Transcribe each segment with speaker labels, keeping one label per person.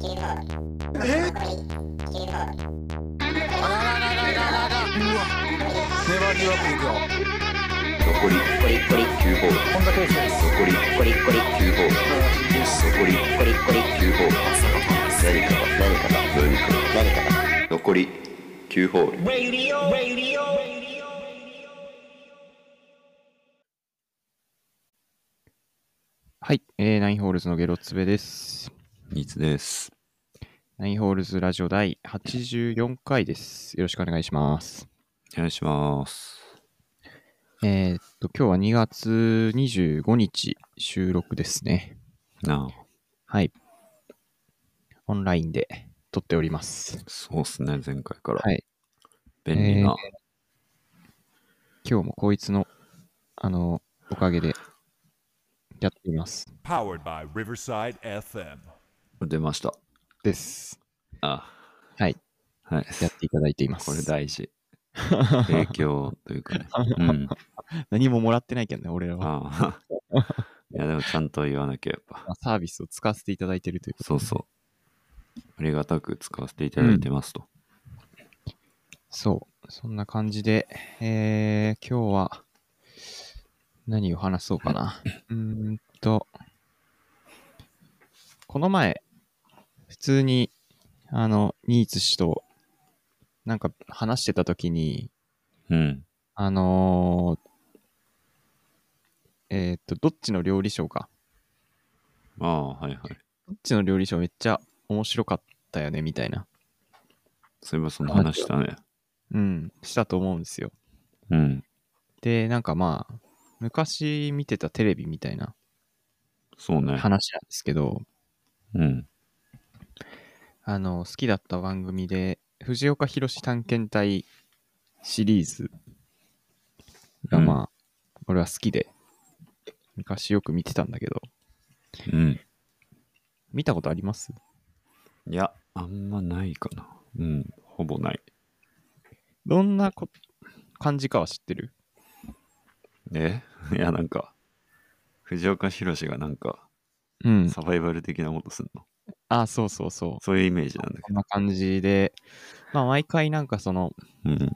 Speaker 1: えあらららららららうわ粘りよくいくよ
Speaker 2: 残り9ホール
Speaker 1: こんだけですよ
Speaker 2: 残り9ホール残り9ホール何かが何かが何かが何かが残り9ホール
Speaker 3: はい、えーナインホールズのゲロツベです。
Speaker 2: ニーツです
Speaker 3: ナインホールズラジオ第84回です。よろしくお願いします。
Speaker 2: お願いします
Speaker 3: えーっと、今日は2月25日収録ですね。
Speaker 2: なあ
Speaker 3: はい。オンラインで撮っております。
Speaker 2: そうっすね前回から
Speaker 3: はい。
Speaker 2: 便利な、
Speaker 3: 今日もこいつの、あの、おかげでやっています。
Speaker 4: Powered by Riverside FM.
Speaker 2: 出ました
Speaker 3: です。
Speaker 2: あ
Speaker 3: はい。
Speaker 2: はい
Speaker 3: やっていただいています。
Speaker 2: これ大 事提供というかねうん
Speaker 3: 何ももらってないけどね、俺らは。
Speaker 2: ああいやでもちゃんと言わなきゃやっぱ
Speaker 3: まあサービスを使わせていただいてるということ
Speaker 2: そうそうありがたく使わせていただいてますと、
Speaker 3: そう、そんな感じで、えー、今日は何を話そうかな。うーんと、この前、普通に、あの、ニーツ氏と、なんか話してたときに、
Speaker 2: うん
Speaker 3: あのーえーっと、どっちの料理賞か。
Speaker 2: ああはいはい
Speaker 3: どっちの料理賞めっちゃ面白かったよね、みたいな。
Speaker 2: そういえばその話したね
Speaker 3: うん、したと思うんですよ。
Speaker 2: うん
Speaker 3: で、なんかまあ、昔見てたテレビみたいな
Speaker 2: そうね
Speaker 3: 話なんですけど、
Speaker 2: うん
Speaker 3: あの、好きだった番組で、藤岡弘探検隊シリーズが、
Speaker 2: うん
Speaker 3: まあ、俺は好きで、昔よく見てたんだけど、
Speaker 2: うん
Speaker 3: 見たことあります
Speaker 2: いやあんまないかなうんほぼない
Speaker 3: どんなこ感じかは知ってる
Speaker 2: え いやなんか藤岡弘がなんか
Speaker 3: うん。
Speaker 2: サバイバル的なことするの、
Speaker 3: あ、そうそうそう。
Speaker 2: そういうイメージなんだ
Speaker 3: こんな感じで、まあ、毎回なんかその、
Speaker 2: けど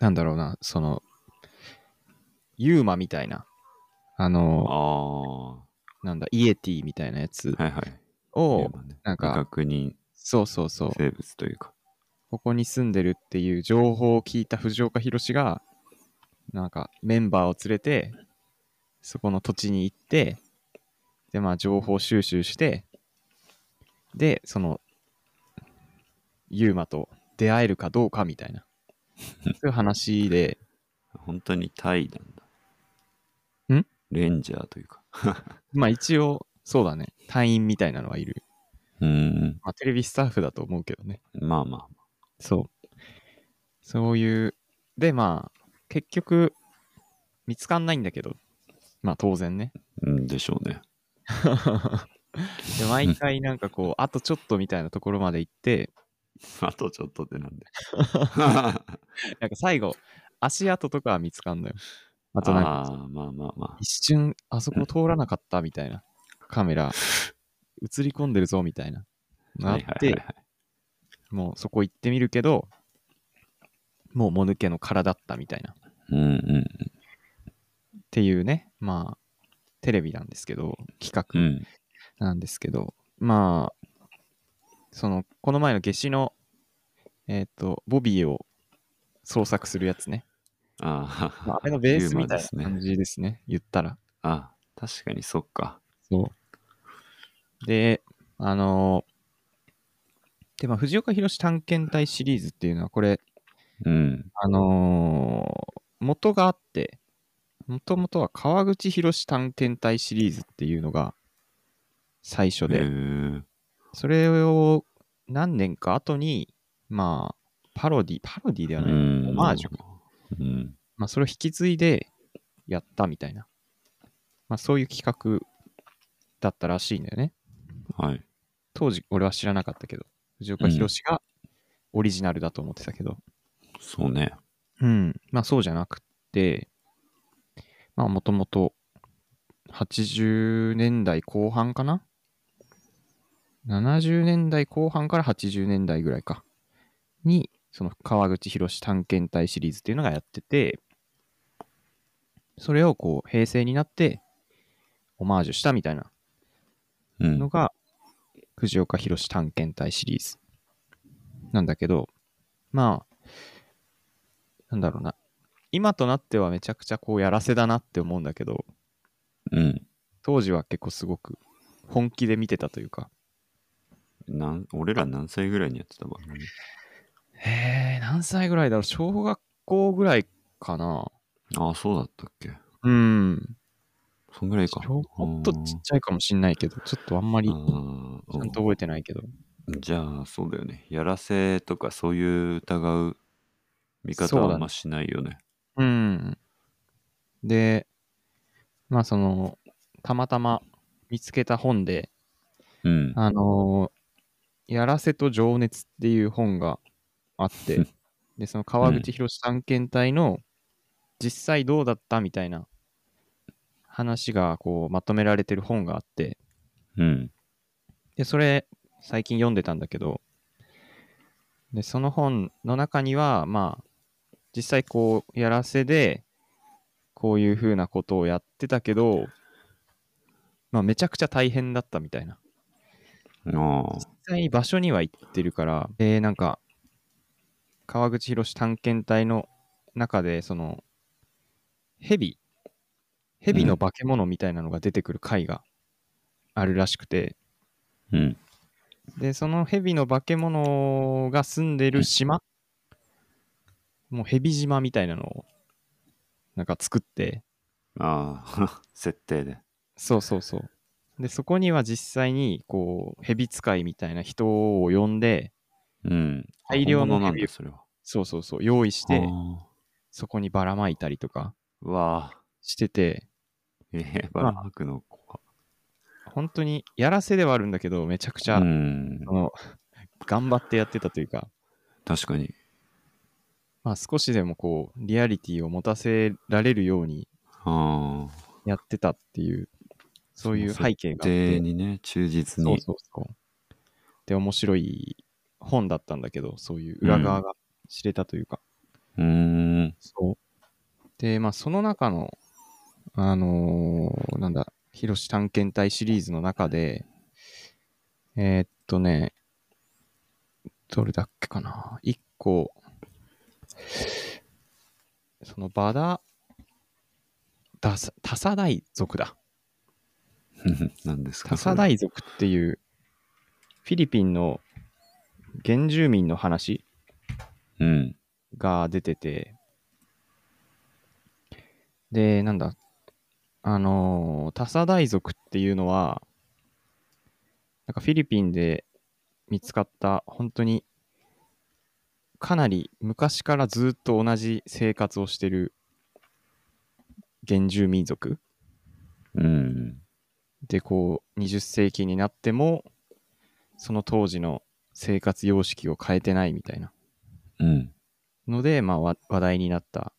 Speaker 3: なんだろうな、その、ユーマみたいな、あ
Speaker 2: うん
Speaker 3: の、
Speaker 2: あ
Speaker 3: なんだ、イエティみたいなやつ
Speaker 2: あはいはい
Speaker 3: を、
Speaker 2: まあね
Speaker 3: な
Speaker 2: 未
Speaker 3: んか、
Speaker 2: 確認
Speaker 3: そうそうそう、
Speaker 2: 生物というか
Speaker 3: ここに住んでるっていう情報を聞いた藤岡弘が、なんかメンバーを連れて、そこの土地に行って、で、まあ情報収集して、で、その、ユーマと出会えるかどうかみたいな、そういう話で、
Speaker 2: 本当にタイなんだ
Speaker 3: ん
Speaker 2: レンジャーというか
Speaker 3: まあ一応、そうだね、隊員みたいなのはいる。
Speaker 2: うん
Speaker 3: まあテレビスタッフだと思うけどね。
Speaker 2: まあま
Speaker 3: そう。そういう。で、まあ、結局、見つかんないんだけど、まあ当 然ね。
Speaker 2: あうんでしょうね
Speaker 3: で、毎回なんかこう、あとちょっとみたいなところまで行って、
Speaker 2: あとちょっとってなん で
Speaker 3: なんか最後、足跡とかは見つかんのよ。あ
Speaker 2: あ
Speaker 3: となんか、
Speaker 2: あまあまあまあ
Speaker 3: 一瞬、あそこ通らなかったみたいな。カメラ、映り込んでるぞみたいな。があ
Speaker 2: は
Speaker 3: っ
Speaker 2: いはいはい
Speaker 3: て
Speaker 2: は、い
Speaker 3: もうそこ行ってみるけど、もうもぬけの殻だったみたいな。
Speaker 2: うんうん
Speaker 3: っていうね、まあ、テレビなんですけど、企
Speaker 2: う
Speaker 3: 画
Speaker 2: ん
Speaker 3: なんですけど、まあ、その、この前の夏至の、えっ、と、ボビーを捜索するやつね。
Speaker 2: ああ
Speaker 3: まあ、あれのベースみ
Speaker 2: ユーマ
Speaker 3: たい
Speaker 2: です
Speaker 3: な
Speaker 2: ね
Speaker 3: 感じですね、言ったら。
Speaker 2: あ確かにそっか
Speaker 3: そう。で、あのーで、まあ、藤岡弘探検隊シリーズっていうのは、これ、
Speaker 2: うん
Speaker 3: あのー元があって、もともとは川口博探検隊シリーズっていうのが最初
Speaker 2: へ
Speaker 3: で、
Speaker 2: ー
Speaker 3: それを何年か後に、まあ、パロディ、パロディではない、
Speaker 2: うん
Speaker 3: オマージュか。
Speaker 2: うん
Speaker 3: まあ、それを引き継いでやったみたいな、まあ、そういう企画だったらしいんだよね。
Speaker 2: はい
Speaker 3: 当時、俺は知らなかったけど、藤岡弘がオリジナルだと思ってたけど、
Speaker 2: そうね
Speaker 3: うん。まあそうじゃなくって、まあもともと80年代後半かな ?70 年代後半から80年代ぐらいか。に、その川口博士探検隊シリーズっていうのがやってて、それをこう平成になってオマージュしたみたいな
Speaker 2: うん
Speaker 3: のが、藤岡弘探検隊シリーズなんだけど、まあ、なんだろうな。今となってはめちゃくちゃこうやらせだなって思うんだけど、
Speaker 2: うん。
Speaker 3: 当時は結構すごく本気で見てたというか。
Speaker 2: なん俺ら何歳ぐらいにやってた番組
Speaker 3: へえ、何歳ぐらいだろう小学校ぐらいかな。
Speaker 2: ああ、そうだったっけ
Speaker 3: うん。
Speaker 2: そんぐらいか。
Speaker 3: ちょもっとちっちゃいかもしんないけど、ちょっとあんまり
Speaker 2: ゃい。
Speaker 3: ち
Speaker 2: あー
Speaker 3: ゃんと覚えてないけど。
Speaker 2: うんじゃあ、そうだよね。やらせとかそういう疑う見方
Speaker 3: そうだ
Speaker 2: は
Speaker 3: ね
Speaker 2: あんましないよね。
Speaker 3: うん。で、まあその、たまたま見つけた本で、
Speaker 2: うん。
Speaker 3: あのーやらせと情熱っていう本があって、で、その川口博士探検隊の実際どうだったみたいな話がこうまとめられてる本があって、
Speaker 2: うん。
Speaker 3: で、それ最近読んでたんだけど、で、その本の中には、まあ、実際こう、やらせで、こういうふうなことをやってたけど、まあ、めちゃくちゃ大変だったみたいな。
Speaker 2: ああ。
Speaker 3: 実際に場所には行ってるから、えー、なんか、川口博士探検隊の中で、その、蛇、蛇の化け物みたいなのが出てくる回があるらしくて、
Speaker 2: うん。
Speaker 3: で、その蛇の化け物が住んでる島、もう蛇島みたいなのを、なんか作って、
Speaker 2: ああ、 設定で。
Speaker 3: そうそうそう。で、そこには実際に、こう、蛇使いみたいな人を呼んで、
Speaker 2: うん。
Speaker 3: 大量の
Speaker 2: 本物なん
Speaker 3: ヘビ
Speaker 2: だ、それは。
Speaker 3: そうそうそう、用意して
Speaker 2: あ、あ
Speaker 3: そこにばらまいたりとか
Speaker 2: うわあ。
Speaker 3: してて、
Speaker 2: ええバラハクの子は
Speaker 3: 本当にやらせではあるんだけど、めちゃくちゃ、
Speaker 2: うん。
Speaker 3: その頑張ってやってたというか、
Speaker 2: 確かに。
Speaker 3: まあ、少しでもこう、リアリティを持たせられるように
Speaker 2: ああ。
Speaker 3: やってたっていう、そういう背景があ
Speaker 2: 設
Speaker 3: っ
Speaker 2: 定
Speaker 3: て、
Speaker 2: にね、忠実
Speaker 3: そう
Speaker 2: に。
Speaker 3: そうそう。で、面白い本だったんだけど、そういう裏側が知れたというか、
Speaker 2: うーん。
Speaker 3: そう。で、まあ、その中の、あのーなんだ、ヒロシ探検隊シリーズの中で、えーっとね、どれだっけかな。一個、そのバダ、ダサタサダイ族だ。
Speaker 2: 何ですか
Speaker 3: タサ
Speaker 2: それ
Speaker 3: ダイ族っていう、フィリピンの原住民の話
Speaker 2: うん。
Speaker 3: が出てて、で、なんだ、あのータサ大族っていうのは、なんかフィリピンで見つかった、本当に、かなり昔からずっと同じ生活をしてる原住民族
Speaker 2: うん。
Speaker 3: で、こう、20世紀になっても、その当時の生活様式を変えてないみたいな。
Speaker 2: うん。
Speaker 3: ので、まあ、わ話題になった、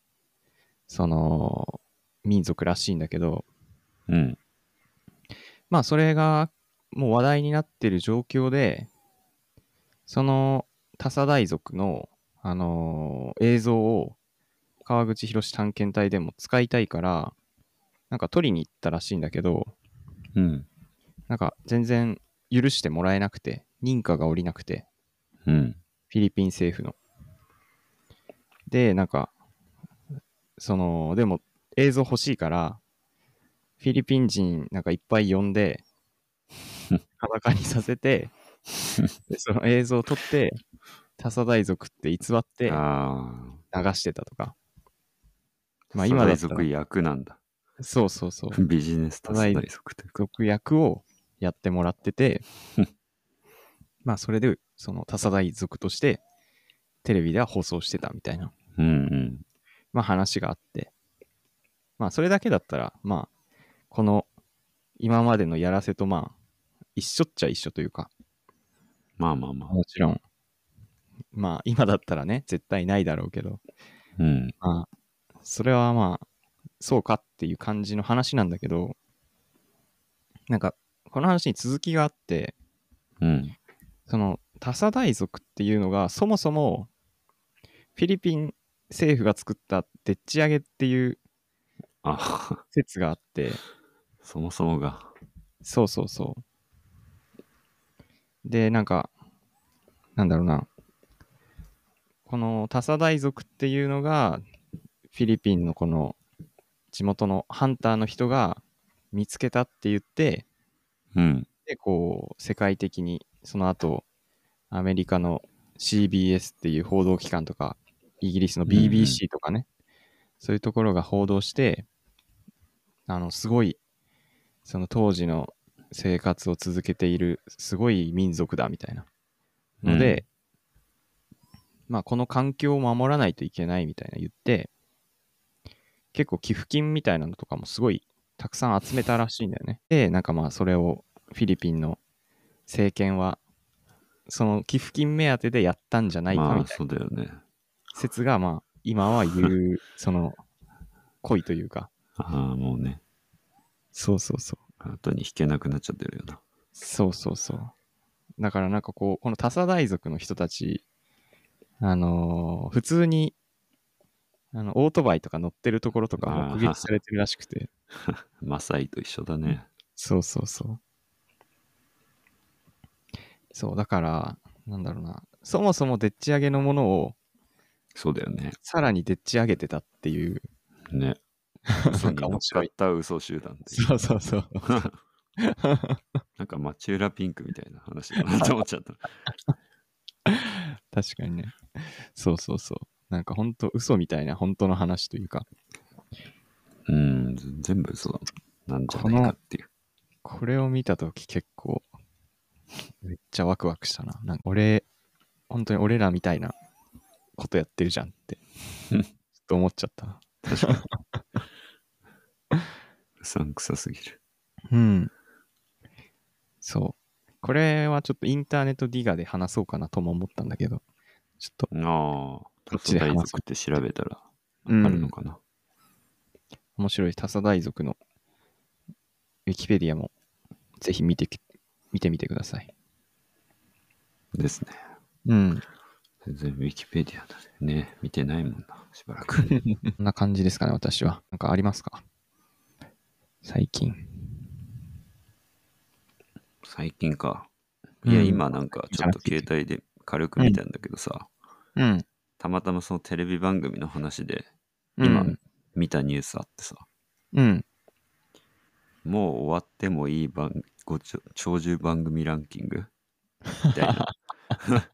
Speaker 3: その、民族らしいんだけど、
Speaker 2: うん。
Speaker 3: まあ、それが、もう話題になってる状況で、その、タサ大族の、あのー映像を、川口博士探検隊でも使いたいから、なんか撮りに行ったらしいんだけど、
Speaker 2: うん。
Speaker 3: なんか全然許してもらえなくて、認可が下りなくて、
Speaker 2: うん。
Speaker 3: フィリピン政府の。で、なんか、その、でも映像欲しいから、フィリピン人なんかいっぱい呼んで、 裸にさせて、でその映像を撮って、タサ大族って偽って
Speaker 2: ああ。
Speaker 3: 流してたとか。まあ
Speaker 2: 今
Speaker 3: 今だ
Speaker 2: 大
Speaker 3: ったら
Speaker 2: 族役なんだ。
Speaker 3: そうそうそう。
Speaker 2: ビジネス多大族というか。
Speaker 3: 族役をやってもらってて、 まあそれで、そのタサ大族として、テレビでは放送してたみたいな。
Speaker 2: うん
Speaker 3: まあ話があって、まあそれだけだったら、まあ、この今までのやらせとまあ、一緒っちゃ一緒というか、
Speaker 2: まあまあまあ。
Speaker 3: もちろん、まあ今だったらね、絶対ないだろうけど、
Speaker 2: うん。
Speaker 3: まあ、それはまあ、そうかっていう感じの話なんだけど、なんか、この話に続きがあって、
Speaker 2: うん。
Speaker 3: その、多佐大族っていうのが、そもそも、フィリピン政府が作ったでっち上げっていう
Speaker 2: あ、
Speaker 3: 説があって、
Speaker 2: そもそもが。
Speaker 3: そうそうそう。で、なんか、なんだろうな。この多佐大族っていうのが、フィリピンのこの地元のハンターの人が見つけたって言って、
Speaker 2: うん。
Speaker 3: で、こう、世界的に、その後、アメリカの CBS っていう報道機関とか、イギリスの BBC とかね、そういうところが報道して、あの、すごい、その当時の生活を続けている、すごい民族だ、みたいな。ので、まあ、この環境を守らないといけないみたいな言って、結構寄付金みたいなのとかもすごいたくさん集めたらしいんだよね。で、なんかまあ、それをフィリピンの政権は、その寄付金目当てでやったんじゃないか
Speaker 2: ま
Speaker 3: み
Speaker 2: あ、
Speaker 3: たい
Speaker 2: そうだよね。
Speaker 3: な説が、まあ、今は言う、その、恋というか。
Speaker 2: ああ、もうね。
Speaker 3: そうそうそう。
Speaker 2: 後に引けなくなっちゃってるよな。
Speaker 3: そうそうそう。だからなんかこう、この多佐大族の人たち、あのー普通に、あの、オートバイとか乗ってるところとか
Speaker 2: あー
Speaker 3: 目撃されてるらしくて。
Speaker 2: マサイと一緒だね。
Speaker 3: そうそうそう。そう、だから、なんだろうな。そもそもでっち上げのものを
Speaker 2: そうだよね。
Speaker 3: さらにでっち上げてたっていう。
Speaker 2: ね。
Speaker 3: な
Speaker 2: 嘘
Speaker 3: ん
Speaker 2: に
Speaker 3: か
Speaker 2: 乗
Speaker 3: 面
Speaker 2: っか
Speaker 3: 白
Speaker 2: っ
Speaker 3: い。
Speaker 2: た嘘集団っていう
Speaker 3: そうそうそう。
Speaker 2: なんかマチューラピンクみたいな話だなと思っちゃった。
Speaker 3: 確かにね。そうそうそう。なんか本当嘘みたいな本当の話というか。
Speaker 2: うん、ぜ全部嘘だもん。なんじゃないかっていう。
Speaker 3: これを見たとき結構、めっちゃワクワクしたな。なんか俺、本当に俺らみたいなことやってるじゃんって、ちょ
Speaker 2: う
Speaker 3: っ
Speaker 2: ん
Speaker 3: と思っちゃったな。
Speaker 2: うさんくさすぎる。
Speaker 3: うん。そう。これはちょっとインターネットディガで話そうかなとも思ったんだけど、ちょっと、
Speaker 2: ああ、
Speaker 3: こっちで
Speaker 2: 大
Speaker 3: 話す
Speaker 2: 族って調べたら
Speaker 3: うん
Speaker 2: あるのかな。
Speaker 3: 面白い多佐大族のウィキペディアもぜひ見てき、見てみてください。
Speaker 2: ですね。
Speaker 3: うん。
Speaker 2: 全然ウィキペディアだね。ね、見てないもんな、しばらく。
Speaker 3: こんな感じですかね、私は。なんかありますか最近。
Speaker 2: 最近か。いや、
Speaker 3: うん
Speaker 2: 今なんかちょっと携帯で軽く見たんだけどさ、
Speaker 3: うん。
Speaker 2: たまたまそのテレビ番組の話で
Speaker 3: う
Speaker 2: 今
Speaker 3: ん
Speaker 2: 見たニュースあってさ、
Speaker 3: うん。
Speaker 2: もう終わってもいい番ごちょ長寿番組ランキングみたい な。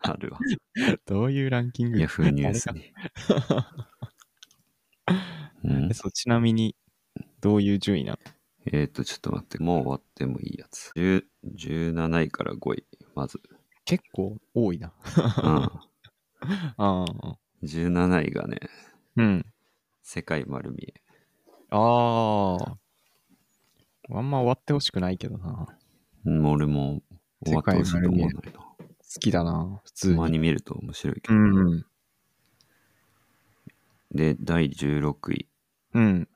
Speaker 2: あるわ。
Speaker 3: どういうランキング
Speaker 2: ヤフーニュース
Speaker 3: あれ
Speaker 2: に。うん
Speaker 3: かそうちなみに、どういう順位なの
Speaker 2: えっ、と、ちょっと待って、もう終わってもいいやつ。10 17位から5位、まず。
Speaker 3: 結構多いな。
Speaker 2: うん、
Speaker 3: ああ。
Speaker 2: 17位がね、
Speaker 3: うん。
Speaker 2: 世界丸見え。
Speaker 3: ああ。あんま終わってほしくないけどな。
Speaker 2: うん俺も終わってほしいと思わないな。
Speaker 3: 好きだな、普
Speaker 2: た
Speaker 3: 通
Speaker 2: ま
Speaker 3: に。
Speaker 2: に見ると面白いけど。
Speaker 3: うんうん。
Speaker 2: で、第16位、
Speaker 3: うん。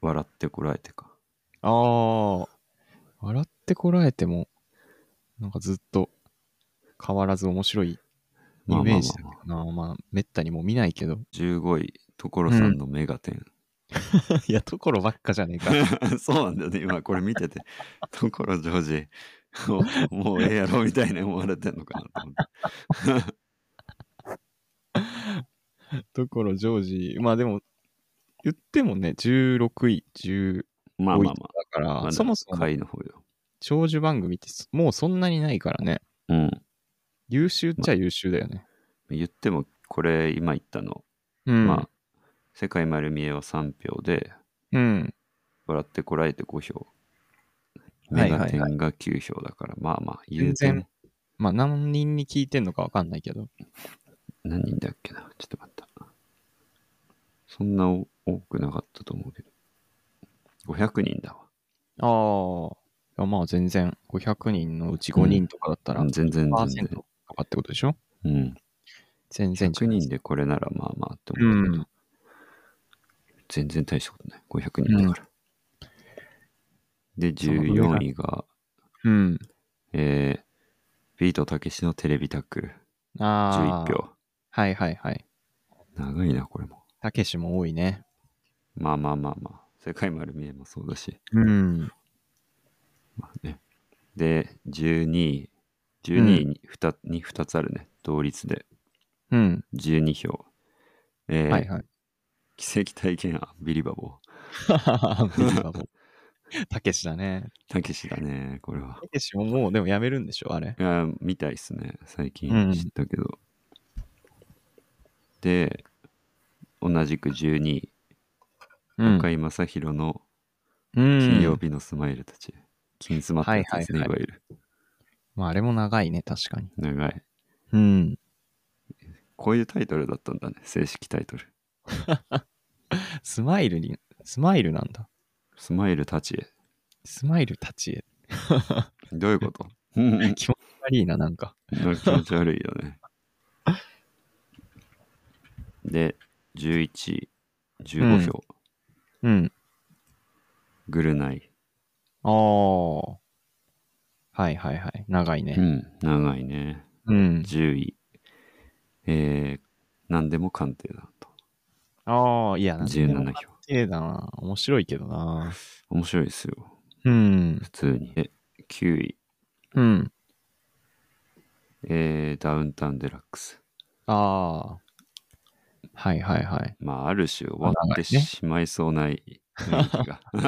Speaker 2: 笑ってこらえてか。
Speaker 3: ああ。笑ってこらえても、なんかずっと変わらず面白い
Speaker 2: まあま
Speaker 3: イ
Speaker 2: あ
Speaker 3: メ
Speaker 2: ま
Speaker 3: ー
Speaker 2: あ
Speaker 3: ジだけ
Speaker 2: まあ、
Speaker 3: どな。まあ、めったにもう見ないけど。
Speaker 2: 15位、所さんのメガテン。
Speaker 3: いや、ところばっかじゃねえ か。
Speaker 2: そうなんだよね、今これ見 てて。所ジョ ージ、もうもうええやろみたいな思われてんのかなと思って。
Speaker 3: ところジョージ、まあでも、言ってもね、16位、15位
Speaker 2: まあまあまあ。
Speaker 3: だから、
Speaker 2: まだ
Speaker 3: そもそも
Speaker 2: 下位の方よ。
Speaker 3: 長寿番組ってそもうそんなにないからね、
Speaker 2: うん。
Speaker 3: 優秀っちゃ優秀だよね。
Speaker 2: 言っても、これ今言ったの、
Speaker 3: うん。
Speaker 2: まあ、世界丸見えは3票で、
Speaker 3: うん。
Speaker 2: 笑ってこらえて5票。
Speaker 3: は
Speaker 2: メ
Speaker 3: いはいは
Speaker 2: ガ
Speaker 3: い
Speaker 2: テンが9票だから、まあまあ、言
Speaker 3: 全
Speaker 2: うて
Speaker 3: 然
Speaker 2: ね、
Speaker 3: まあ何人に聞いてんのかわかんないけど。
Speaker 2: 何人だっけな、ちょっと待った。そんなお多くなかったと思うけど。500人だ
Speaker 3: ああ。まあ全然、500人のうち5人とかだったら、
Speaker 2: わ。全然
Speaker 3: パー
Speaker 2: 全
Speaker 3: セント
Speaker 2: 然
Speaker 3: と。かってことでしょ
Speaker 2: うん。
Speaker 3: 全然違
Speaker 2: 100
Speaker 3: う。
Speaker 2: 人でこれならまあまあって
Speaker 3: う
Speaker 2: 思うけど、
Speaker 3: ん。
Speaker 2: 全然大したことない。500人だから。で、
Speaker 3: その上が
Speaker 2: 14位が、
Speaker 3: うん。
Speaker 2: えー、ビートたけしのテレビタックル。
Speaker 3: あ
Speaker 2: 11
Speaker 3: あ。
Speaker 2: 票。
Speaker 3: はいはいはい。
Speaker 2: 長いな、これも。
Speaker 3: たけしも多いね。
Speaker 2: まあまあまあまあ。世界丸見えもそうだし。
Speaker 3: うん。
Speaker 2: まあね。で、12位。12位に 2,、に二つあるね。同率で。
Speaker 3: うん。
Speaker 2: 12票。えー
Speaker 3: はいはい。
Speaker 2: 奇跡体験アンビリバボー。
Speaker 3: ビリバボー たけしだね。
Speaker 2: たけしだね、これは。
Speaker 3: たけしももうでもやめるんでしょ、あれ。
Speaker 2: いや、見たいっすね。最
Speaker 3: うん
Speaker 2: 近知ったけど。で、同じく12位。
Speaker 3: うん。
Speaker 2: 中井正広の
Speaker 3: うん
Speaker 2: 金曜日のスマイルたち。金詰まったやつですね、
Speaker 3: はいいは
Speaker 2: わゆる。
Speaker 3: まああれも長いね、確かに。
Speaker 2: 長い。
Speaker 3: うん。
Speaker 2: こういうタイトルだったんだね、正式タイトル。
Speaker 3: スマイルに、スマイルなんだ。
Speaker 2: スマイルたちへ。
Speaker 3: スマイルたちへ。
Speaker 2: どういうこと うんうん
Speaker 3: 気持ち悪いな、なんか。
Speaker 2: なんか気持ち悪いよね。で、11位、15票、
Speaker 3: うん。
Speaker 2: ぐるナイ。
Speaker 3: ああ。はいはいはい。長いね
Speaker 2: う。ん、長いね。
Speaker 3: うん。
Speaker 2: 10位、えー、何でも鑑定だと。
Speaker 3: ああ、いや、なんでも
Speaker 2: 17票。
Speaker 3: 綺麗だな。面白いけどな。
Speaker 2: 面白いですよ、
Speaker 3: うん。
Speaker 2: 普通に。で、9位、
Speaker 3: うん。
Speaker 2: えー、ダウンタウンデラックス。
Speaker 3: ああ。はいはいはい。
Speaker 2: まあ、ある種終わって
Speaker 3: 長いね
Speaker 2: しまいそうな雰囲気 が。
Speaker 3: 確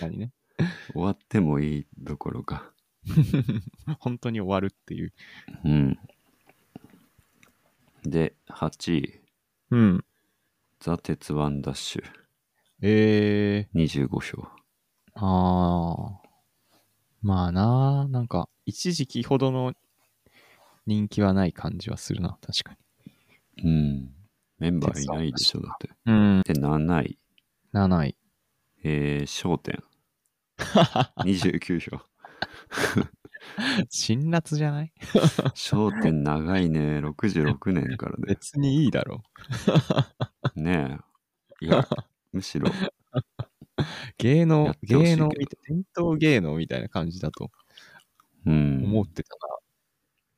Speaker 3: かにね。
Speaker 2: 終わってもいいどころか。
Speaker 3: 本当に終わるっていう。
Speaker 2: うん。で、8位、
Speaker 3: うん。
Speaker 2: ザ・鉄腕ダッシュ、
Speaker 3: ええ
Speaker 2: 25票。
Speaker 3: ー。ああ。まあな、なんか、一時期ほどの人気はない感じはするな、確か
Speaker 2: うん。メンバーいないでしょ、だって。
Speaker 3: に。うん。
Speaker 2: で、7位、
Speaker 3: 7位。
Speaker 2: えー、焦 点。29票。
Speaker 3: 辛辣じゃない
Speaker 2: 焦点長いね、66年から で。
Speaker 3: 別にいいだろ
Speaker 2: ねえ。い や、むしろ、
Speaker 3: う。芸
Speaker 2: や
Speaker 3: 能
Speaker 2: っ、てほしいけ
Speaker 3: 芸
Speaker 2: ど
Speaker 3: 能みたい、伝統芸能みたいな感じだと
Speaker 2: うん。
Speaker 3: 思ってた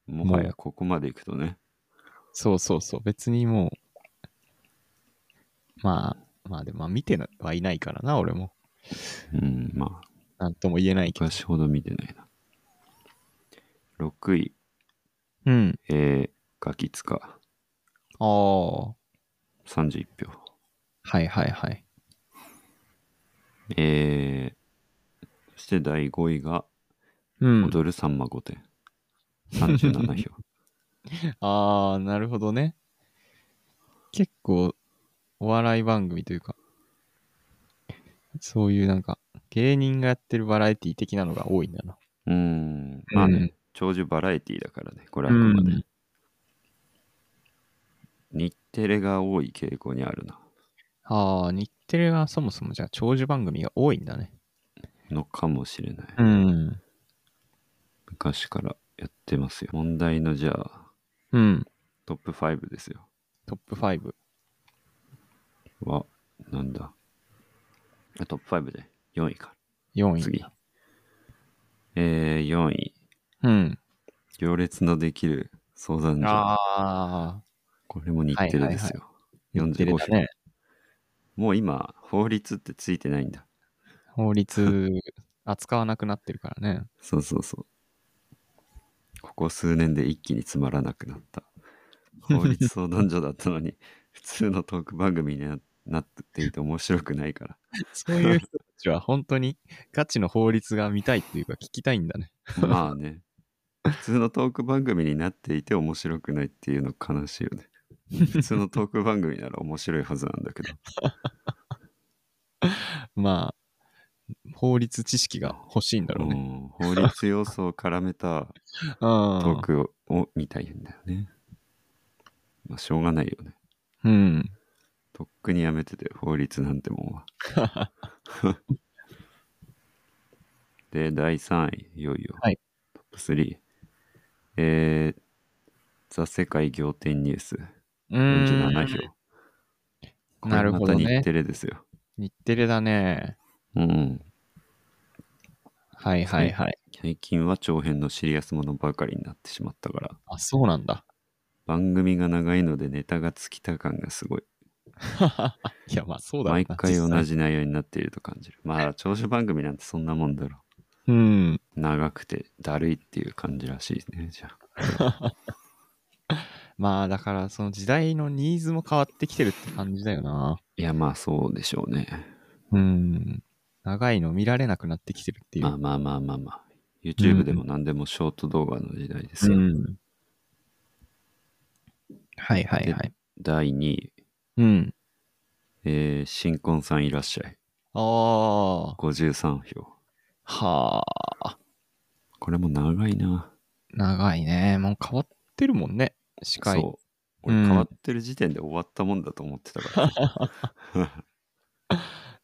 Speaker 3: な。
Speaker 2: もはやここまでいくとね。
Speaker 3: そうそうそう。別にもう、まあ、まあでもまあ見てはいないからな、俺も。
Speaker 2: うん、まあ、
Speaker 3: なんとも言えないけど。
Speaker 2: 昔ほど見てないな。6位、
Speaker 3: うん。
Speaker 2: えー、ガキツカ、
Speaker 3: ああ。は
Speaker 2: 31票。
Speaker 3: いはいはい。
Speaker 2: えー、そして第5位が、
Speaker 3: うん。
Speaker 2: 踊るさんま御殿。37票。
Speaker 3: ああ、なるほどね。結構、お笑い番組というか、そういうなんか、芸人がやってるバラエティ的なのが多いんだな。
Speaker 2: うーん、まあ
Speaker 3: うん
Speaker 2: ね、長寿バラエティだからね、これはあくまで。
Speaker 3: うん
Speaker 2: 日テレが多い傾向にあるな。
Speaker 3: ああ、日テレはそもそもじゃあ長寿番組が多いんだね。
Speaker 2: のかもしれない。
Speaker 3: ん。
Speaker 2: 昔からやってますよ。問題のじゃあ、
Speaker 3: うん。
Speaker 2: トップ5ですよ。
Speaker 3: トップ5。
Speaker 2: は、なんだ。あトップ5で4位か。
Speaker 3: 4位。
Speaker 2: 次。えー、4位。
Speaker 3: うん。
Speaker 2: 行列のできる相談所。
Speaker 3: ああ、
Speaker 2: これも日テレですよ。
Speaker 3: 日テレ
Speaker 2: 45
Speaker 3: だ
Speaker 2: 票、
Speaker 3: ね。
Speaker 2: もう今、法律ってついてないんだ。
Speaker 3: 法律扱わなくなってるから ね。
Speaker 2: そうそうそう。ここ数年で一気につまらなくなった。法律相談所だったのに、 普通のトーク番組にななっていて面白くないから。
Speaker 3: そういう人たちは本当にガチの法律が見たいっていうか聞きたいんだね。
Speaker 2: まあね。普通のトーク番組になっていて面白くないっていうの悲しいよね。普通のトーク番組なら面白いはずなんだけど。
Speaker 3: まあ、法律知識が欲しいんだろうね。
Speaker 2: うん法律要素を絡めた
Speaker 3: うん。
Speaker 2: トークをを見たいんだよね。まあしょうがないよね。
Speaker 3: うん。
Speaker 2: とっくにやめてて法律なんてもんは。 で、第3位、いよいよ。
Speaker 3: はい
Speaker 2: トップ3。えー、ザ・世界仰天ニュース、
Speaker 3: う
Speaker 2: 47
Speaker 3: ん。
Speaker 2: 票。
Speaker 3: なるほど
Speaker 2: これまた
Speaker 3: ね
Speaker 2: 日。テレですよ。
Speaker 3: 日テレだね。
Speaker 2: うん。
Speaker 3: はいはいはい。
Speaker 2: 最近は長編のシリアスものばかりになってしまったから、
Speaker 3: あ、そうなんだ。
Speaker 2: 番組が長いのでネタが尽きた感がすごい。
Speaker 3: いや、まあそうだろう
Speaker 2: 毎
Speaker 3: な
Speaker 2: 回同
Speaker 3: 実際
Speaker 2: じ内容になっていると感じる。まあ、長寿番組なんてそんなもんだろ
Speaker 3: うん。
Speaker 2: う。長くてだるいっていう感じらしいですね、じゃあ。
Speaker 3: まあだから、その時代のニーズも変わってきてるって感じだよな。
Speaker 2: いや、まあそうでしょうね。
Speaker 3: うん。長いの見られなくなってきてるっていう。
Speaker 2: まあまあまあまあまあ。YouTube でも何でもショート動画の時代ですよ。
Speaker 3: うん。はいはいはい。
Speaker 2: 第2位、
Speaker 3: うん。
Speaker 2: えー新婚さんいらっしゃい。
Speaker 3: ああ。は
Speaker 2: 53票。
Speaker 3: あ。
Speaker 2: これも長いな。
Speaker 3: 長いね。もう変わってるもんね。司会。
Speaker 2: そう。俺
Speaker 3: うん
Speaker 2: 変わってる時点で終わったもんだと思ってた から。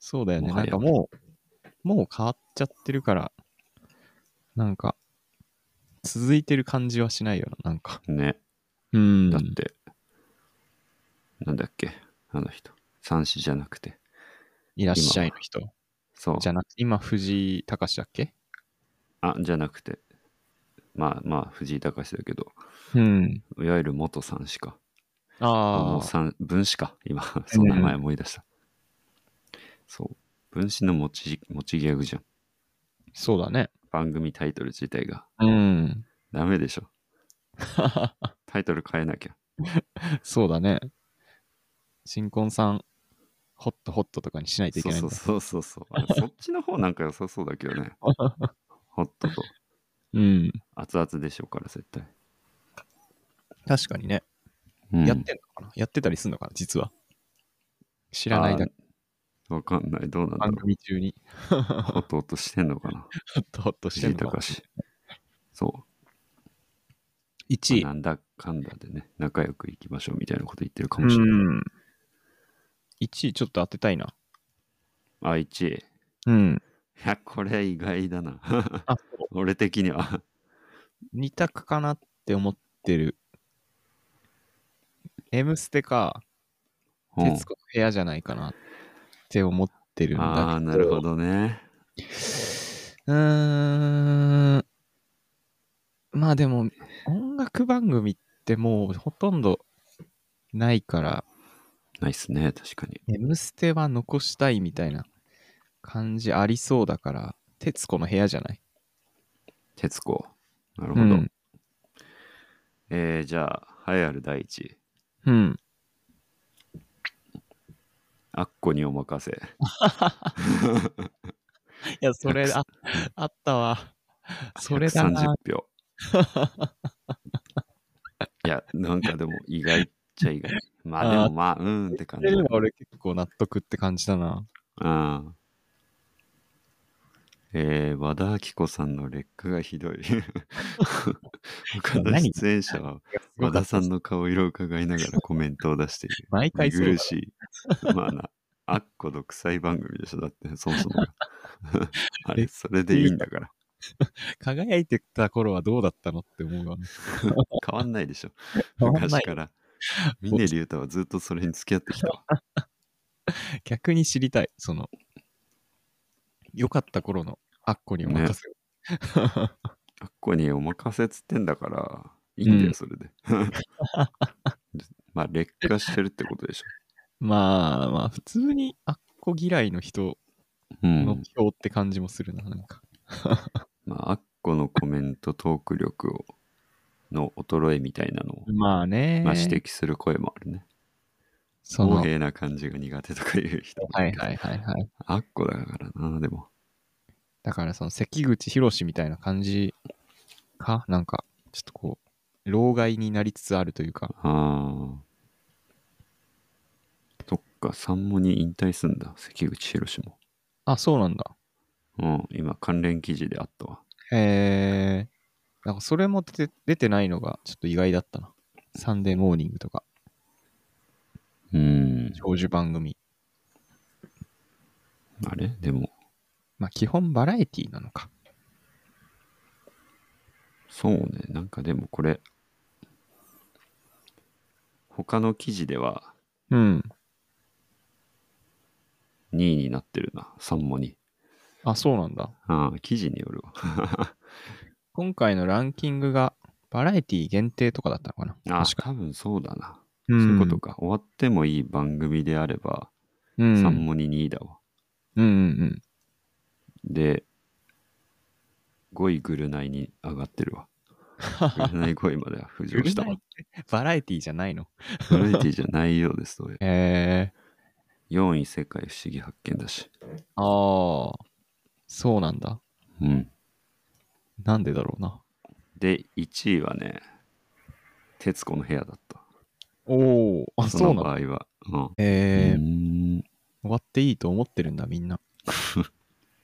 Speaker 3: そうだよね。
Speaker 2: も
Speaker 3: な
Speaker 2: は
Speaker 3: ん
Speaker 2: や
Speaker 3: かもう、もう変わっちゃってるから、なんか、続いてる感じはしないよな、なんか。
Speaker 2: ね。
Speaker 3: うん
Speaker 2: だって、なんだっけ、あの人。三子じゃなくて。
Speaker 3: いらっしゃいの人。
Speaker 2: そう。
Speaker 3: じゃなくて、今、藤井隆だっけ
Speaker 2: あ、じゃなくて。まあまあ、藤井隆だけど、
Speaker 3: うん。
Speaker 2: いわゆる元三子か。
Speaker 3: あ
Speaker 2: もう三分子か、今。そう、名前思い出した。そう。分子の持ち、持ちギャグじゃん。
Speaker 3: そうだね。
Speaker 2: 番組タイトル自体が。
Speaker 3: うん。
Speaker 2: ダメ でしょ。タイトル変えなきゃ。
Speaker 3: そうだね。新婚さん、ホットホットとかにしないといけ
Speaker 2: そう
Speaker 3: ないん
Speaker 2: そ
Speaker 3: だ
Speaker 2: うそうそうそう。あそ っちの方なんか良さそうだけどね。ホットと
Speaker 3: うん。
Speaker 2: 熱々でしょうから、絶対。
Speaker 3: 確かにね。
Speaker 2: うん
Speaker 3: やってんのかなやってたりすんのかな実は。知らないだけ。
Speaker 2: あーわかんない。どうなんだ
Speaker 3: 番
Speaker 2: ろ
Speaker 3: 組中に。
Speaker 2: う。ホットホットしてんのかな。
Speaker 3: ホットホッとして
Speaker 2: 藤井
Speaker 3: るのかな。
Speaker 2: 隆。そ
Speaker 3: 1
Speaker 2: う。
Speaker 3: 位
Speaker 2: な。んだかんだでね、仲良く行きましょうみたいなこと言ってるか
Speaker 3: う
Speaker 2: もしれない。
Speaker 3: ん。1位ちょっと当てたいな。
Speaker 2: あ、1位。い
Speaker 3: うん。
Speaker 2: や、これ意外だな。
Speaker 3: あ、
Speaker 2: 俺的には。
Speaker 3: 2択かなって思ってる。M ステか、
Speaker 2: うん
Speaker 3: 徹子の部屋じゃないかなって思ってるんだけど。
Speaker 2: ああ、なるほ。どね。
Speaker 3: うーん。まあでも、音楽番組ってもうほとんどないから、
Speaker 2: ないっすね、確かに。
Speaker 3: M ステは残したいみたいな感じありそうだから、徹子の部屋じゃない
Speaker 2: 徹子。なるほ
Speaker 3: う
Speaker 2: ど。
Speaker 3: ん。
Speaker 2: えー、じゃあ、栄えある第一位。
Speaker 3: うん。
Speaker 2: あっこにお任せ。
Speaker 3: いや、それ、あ、あったわ。それだな。
Speaker 2: 130票。いや、なんかでも意外っちゃ 意外。まあでもまあ、うーんって感じ
Speaker 3: で
Speaker 2: だ
Speaker 3: も
Speaker 2: ね。
Speaker 3: 俺結構納得って感じだな。
Speaker 2: うん。えー、和田アキ子さんの劣化がひど い。他の
Speaker 3: 何
Speaker 2: 出演者は和田さんの顔色を伺いながらコメントを出してい る。
Speaker 3: 毎回
Speaker 2: 見
Speaker 3: そうだ
Speaker 2: 苦しい。まあな、あっこ独裁番組でしょ、だって、そもそもが。 あれ、それでいいんだから。
Speaker 3: 輝いてた頃はどうだったのって思うわ。
Speaker 2: 変わんないでしょ。
Speaker 3: 変わんない
Speaker 2: 昔から。峰竜太はずっとそれに付き合ってきたわ。
Speaker 3: 逆に知りたい。その、良かった頃のアッコにお任せを。
Speaker 2: あっこにお任せっつってんだから、いいんだ
Speaker 3: う
Speaker 2: よ、
Speaker 3: ん
Speaker 2: それで。 まあ、劣化してるってことでしょ。
Speaker 3: まあまあ、普通にアッコ嫌いの人
Speaker 2: う
Speaker 3: の
Speaker 2: ん。
Speaker 3: 票って感じもするな、なんか。
Speaker 2: まあ、あっこのコメント、トーク力を、の衰えみたいなのを、
Speaker 3: まあね。
Speaker 2: まあ、指摘する声もあるね。
Speaker 3: その
Speaker 2: 公平な感じが苦手とかいう人も
Speaker 3: はい
Speaker 2: るけど
Speaker 3: はいはいはい。
Speaker 2: あっこだからな、でも。
Speaker 3: だからその関口宏みたいな感じかなんか、ちょっとこう、老害になりつつあるというか。
Speaker 2: ああ。そっか、三モに引退すんだ、関口宏も。
Speaker 3: あ、そうなんだ。
Speaker 2: うん、今、関連記事であったわ。
Speaker 3: へえ。なんかそれも出て出てないのがちょっと意外だったな。サンデーモーニングとか、
Speaker 2: うん。
Speaker 3: 長寿番組。
Speaker 2: あれでも、
Speaker 3: まあ基本バラエティなのか。
Speaker 2: そうね、なんかでもこれ、他の記事では
Speaker 3: うん。
Speaker 2: 2位になってるな、三モに。
Speaker 3: ああ、そうなんだ。
Speaker 2: ああ、記事によるわ。
Speaker 3: 今回のランキングがバラエティ限定とかだったのかな
Speaker 2: あ
Speaker 3: 確か。
Speaker 2: 多分そうだな。
Speaker 3: そ
Speaker 2: そういうこと。か。終わってもいい番組であれば、
Speaker 3: うん。う
Speaker 2: サン
Speaker 3: ん
Speaker 2: モニ2位だわ。
Speaker 3: うんうん。
Speaker 2: で、5位グルナイに上がってる わ。グルナイ5位までは浮上したわ。
Speaker 3: バラエティじゃないの
Speaker 2: バラエティじゃないようです、どうやら
Speaker 3: へえ。
Speaker 2: 4位世界不思議発見だし。
Speaker 3: ああ。そうなんだ。
Speaker 2: うん。
Speaker 3: なんでだろうな。
Speaker 2: で、1位はね、徹子の部屋だった。
Speaker 3: おお。あ、そう
Speaker 2: の
Speaker 3: な
Speaker 2: 場
Speaker 3: んだ。
Speaker 2: 合は。うん。
Speaker 3: え
Speaker 2: う
Speaker 3: ー、
Speaker 2: ーん
Speaker 3: 終わっていいと思ってるんだ、みんな。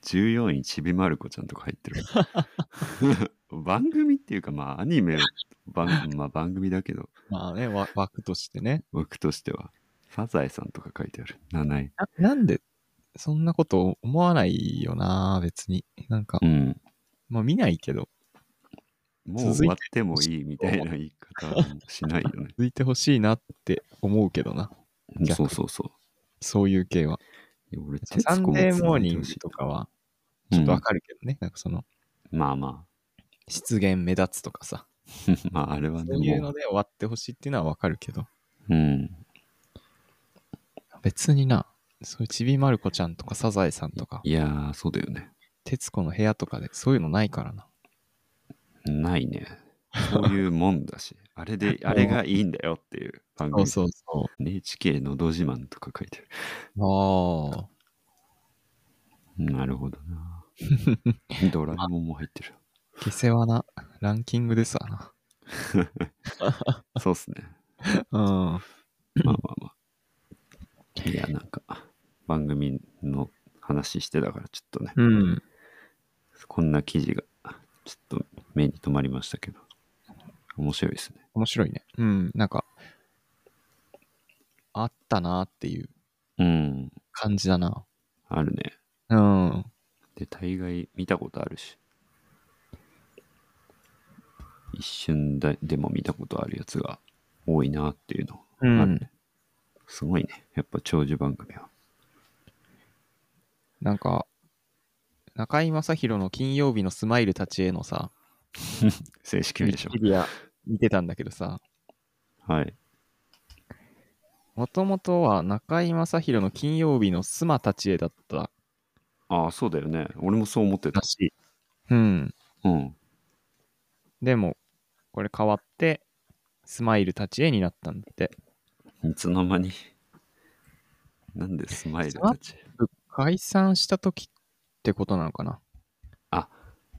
Speaker 2: 14位ちびまる子ちゃんとか入ってる 番組っていうかまあアニメ 番,、まあ、番組だけど
Speaker 3: まあね、わ枠としてね。
Speaker 2: 僕としてはサザエさんとか書いてある7位
Speaker 3: ななんで、そんなこと思わないよな、別に。なんか
Speaker 2: う、ん
Speaker 3: まあ見ないけど、
Speaker 2: もう終わってもいいみたいな言い方はしないよね
Speaker 3: 続いてほしいなって思うけどな、逆
Speaker 2: そうそうそう
Speaker 3: そういう系は。
Speaker 2: いや俺徹
Speaker 3: サン
Speaker 2: 子も
Speaker 3: デー
Speaker 2: つ
Speaker 3: モ
Speaker 2: な
Speaker 3: ー
Speaker 2: い
Speaker 3: ニ
Speaker 2: で
Speaker 3: ン
Speaker 2: ほ
Speaker 3: グ
Speaker 2: しい
Speaker 3: とかは、ちょっとわかるけどね、なんかその、
Speaker 2: うんまあま
Speaker 3: 失言目立つとかさ、
Speaker 2: あまああれは
Speaker 3: そ
Speaker 2: ね
Speaker 3: ういう
Speaker 2: も
Speaker 3: の
Speaker 2: う
Speaker 3: で終わってほしいっていうのはわかるけど、
Speaker 2: うん
Speaker 3: 別にな、そういうちびまる子ちゃんとかサザエさんとか、
Speaker 2: いやーそうだよね
Speaker 3: 徹子の部屋とかでそういうのないからな。
Speaker 2: ないねそういうもんだ しあれであれがいいんだよっていう番
Speaker 3: そう
Speaker 2: 組
Speaker 3: そうそ
Speaker 2: NHK のど自慢とか書いてある
Speaker 3: う。ああ。
Speaker 2: なるほど な。ドラえもんも入ってる。
Speaker 3: 下世話なランキングですわ
Speaker 2: そうっす ね。
Speaker 3: な。
Speaker 2: まあまあまあ。いや、なんか、番組の話してたから、ちょっとね、
Speaker 3: うん。うん。
Speaker 2: こんな記事が、ちょっと目に留まりましたけど、面白いですね。
Speaker 3: 面白いね。うん。なんか、あったなっていう
Speaker 2: うん、
Speaker 3: 感じだな。
Speaker 2: あるね。
Speaker 3: うん。
Speaker 2: で、大概見たことあるし、一瞬だでも見たことあるやつが多いなっていうの、
Speaker 3: う
Speaker 2: あるね。すごいね。やっぱ長寿番組は。
Speaker 3: なんか、中居正広の金曜日のスマイルたちへのさ、
Speaker 2: 正式
Speaker 3: ウ
Speaker 2: 名
Speaker 3: ィキ
Speaker 2: 称
Speaker 3: ペ。ディア見てたんだけどさ、
Speaker 2: はい。
Speaker 3: もともとは中居正広の金曜日のスマたちへだった
Speaker 2: ああ、そうだよね。俺もそう思ってた
Speaker 3: ら。しい。うん。
Speaker 2: うん。
Speaker 3: でも、これ変わって、スマイルたちへになったんだって。
Speaker 2: いつの間に。なんでスマイルたち。
Speaker 3: 解散した時ってことなのかな
Speaker 2: あ、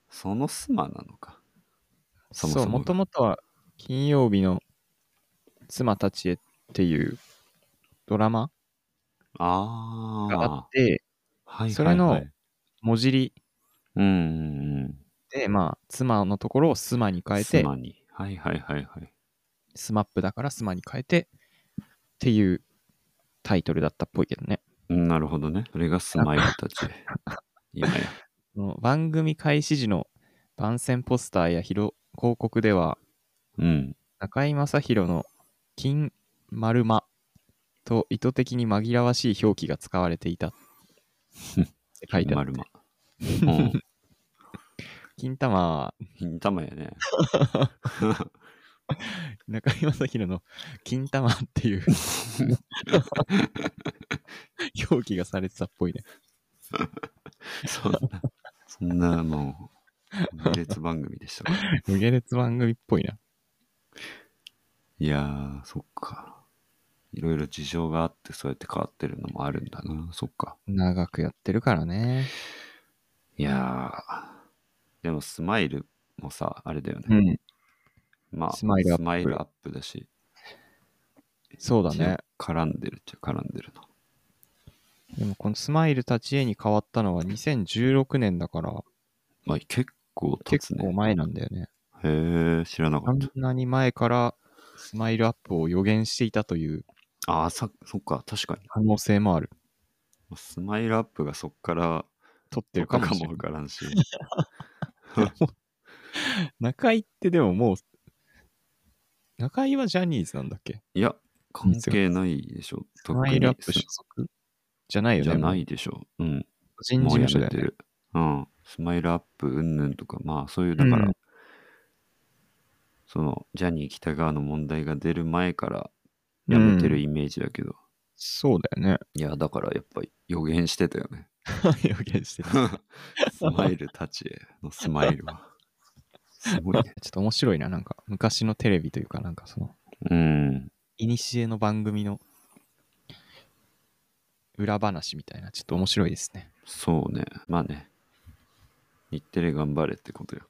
Speaker 2: そのスマなのか。そも
Speaker 3: そ、
Speaker 2: そうも
Speaker 3: も
Speaker 2: が
Speaker 3: ともとは金曜日の妻たちへっていうドラマ
Speaker 2: ああ
Speaker 3: があ。って、
Speaker 2: はいはいはい。
Speaker 3: それの文字り
Speaker 2: うんうんうん。
Speaker 3: で、まあ、妻のところをスマに変え
Speaker 2: ス
Speaker 3: て、
Speaker 2: マに。はいはいはいはい。
Speaker 3: スマップだからスマに変えてっていうタイトルだったっぽいけどね。
Speaker 2: うんなるほどね。それがスマイルた ち。今や。
Speaker 3: その番組開始時の番宣ポスターや広広告では、
Speaker 2: うん。
Speaker 3: 中居正広の金丸間と意図的に紛らわしい表記が使われてい た。って書いてあ
Speaker 2: ま
Speaker 3: る
Speaker 2: る。ま。うん。
Speaker 3: 金玉は
Speaker 2: 金玉やね。
Speaker 3: 中居正広の金玉っていう表記がされてたっぽいね。
Speaker 2: そんな、そんなもう、無列番組でしたから。
Speaker 3: 無下列番組っぽいな。
Speaker 2: いやー、そっか。いろいろ事情があって、そうやって変わってるのもあるんだな。そっか。
Speaker 3: 長くやってるからね。
Speaker 2: いやー、でもスマイルもさ、あれだよね。
Speaker 3: うん。
Speaker 2: まあ、
Speaker 3: スマイルアップ
Speaker 2: アップだし、
Speaker 3: そうだね。
Speaker 2: 絡んでるっちゃ絡んでるな。
Speaker 3: でもこのスマイル立ち絵に変わったのは2016年だから、
Speaker 2: まあ、結構経つ
Speaker 3: 結
Speaker 2: ね。
Speaker 3: 構前なんだよね。
Speaker 2: へー、知らな
Speaker 3: あ
Speaker 2: かっ
Speaker 3: ん
Speaker 2: た。
Speaker 3: なに前からスマイルアップを予言していたという
Speaker 2: あーさ、そっか、確かに。
Speaker 3: 可能性もある。
Speaker 2: スマイルアップがそっから、
Speaker 3: 撮っ
Speaker 2: ど
Speaker 3: てる
Speaker 2: うか
Speaker 3: かも
Speaker 2: か
Speaker 3: し
Speaker 2: も
Speaker 3: れな
Speaker 2: わか
Speaker 3: い。
Speaker 2: らん し。
Speaker 3: 中井ってでももう、中井はジャニーズなんだっけ
Speaker 2: いや、関係ないでしょ。
Speaker 3: ス
Speaker 2: 特
Speaker 3: マイ
Speaker 2: に
Speaker 3: ルアップ所属じゃないよ
Speaker 2: じ
Speaker 3: ね。
Speaker 2: ゃな
Speaker 3: もう
Speaker 2: いでしょ。うん。
Speaker 3: 個人事
Speaker 2: もう
Speaker 3: 務
Speaker 2: や
Speaker 3: 所
Speaker 2: め
Speaker 3: だよ
Speaker 2: て
Speaker 3: ね。
Speaker 2: る。うん、スマイルアップうんぬんとか、まあそういう、だから、
Speaker 3: うん
Speaker 2: そのジャニー喜多川の問題が出る前からやめてる
Speaker 3: うん
Speaker 2: イメージだけど、
Speaker 3: そうだよね。
Speaker 2: いや、だからやっぱ予言してたよね。
Speaker 3: 予言してた。ちょ
Speaker 2: スマイルたちへのスマイル は。すごいね。
Speaker 3: っと面白いな、なんか昔のテレビというか、なんかその、
Speaker 2: うん。
Speaker 3: いにしえの番組の裏話みたいな、ちょっと面白いですね。
Speaker 2: そうね。まあね。日テレ頑張れってことよ。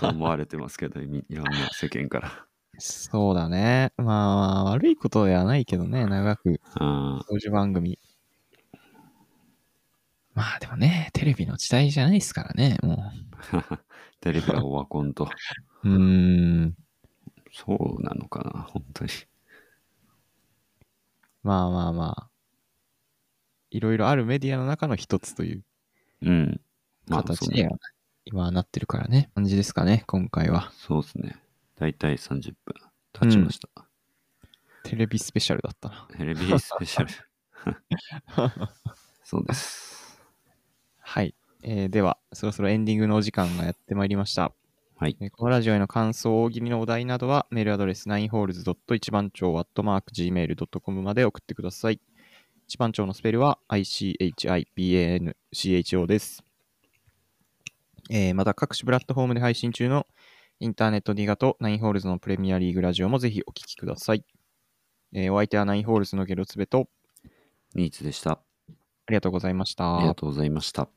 Speaker 2: そう思われてますけど、みいろんな世間から。
Speaker 3: そうだね。まあ、悪いことではないけどね、長く、
Speaker 2: うん。
Speaker 3: 長寿番組。まあでもね、テレビの時代じゃないですからね、も
Speaker 2: テレビはオワコンと。
Speaker 3: う。うーん。
Speaker 2: そうなのかな、本当に。
Speaker 3: まあまあまあ。いろいろあるメディアの中の一つという
Speaker 2: うん。まあ、
Speaker 3: 形
Speaker 2: そう
Speaker 3: に
Speaker 2: ね
Speaker 3: は。今はなってるからね。感じですかね、今回は。
Speaker 2: そうですね。大体30分経ちました。
Speaker 3: テレビスペシャルだったな。
Speaker 2: テレビスペシャル。そうです。
Speaker 3: はい。えーでは、そろそろエンディングのお時間がやってまいりました。
Speaker 2: はい。
Speaker 3: えーこのラジオへの感想、大喜利のお題などは、メールアドレス 9holes.1 番町 atmarkgmail.com まで送ってください。一番町のスペルは ICHIPANCHO です。えーまた、各種プラットフォームで配信中のインターネットディガと9ホールズのプレミアリーグラジオもぜひお聞きください。えーお相手は9ホールズのゲロツベと、
Speaker 2: ニーツでした。
Speaker 3: ありがとうございました。
Speaker 2: ありがとうございました。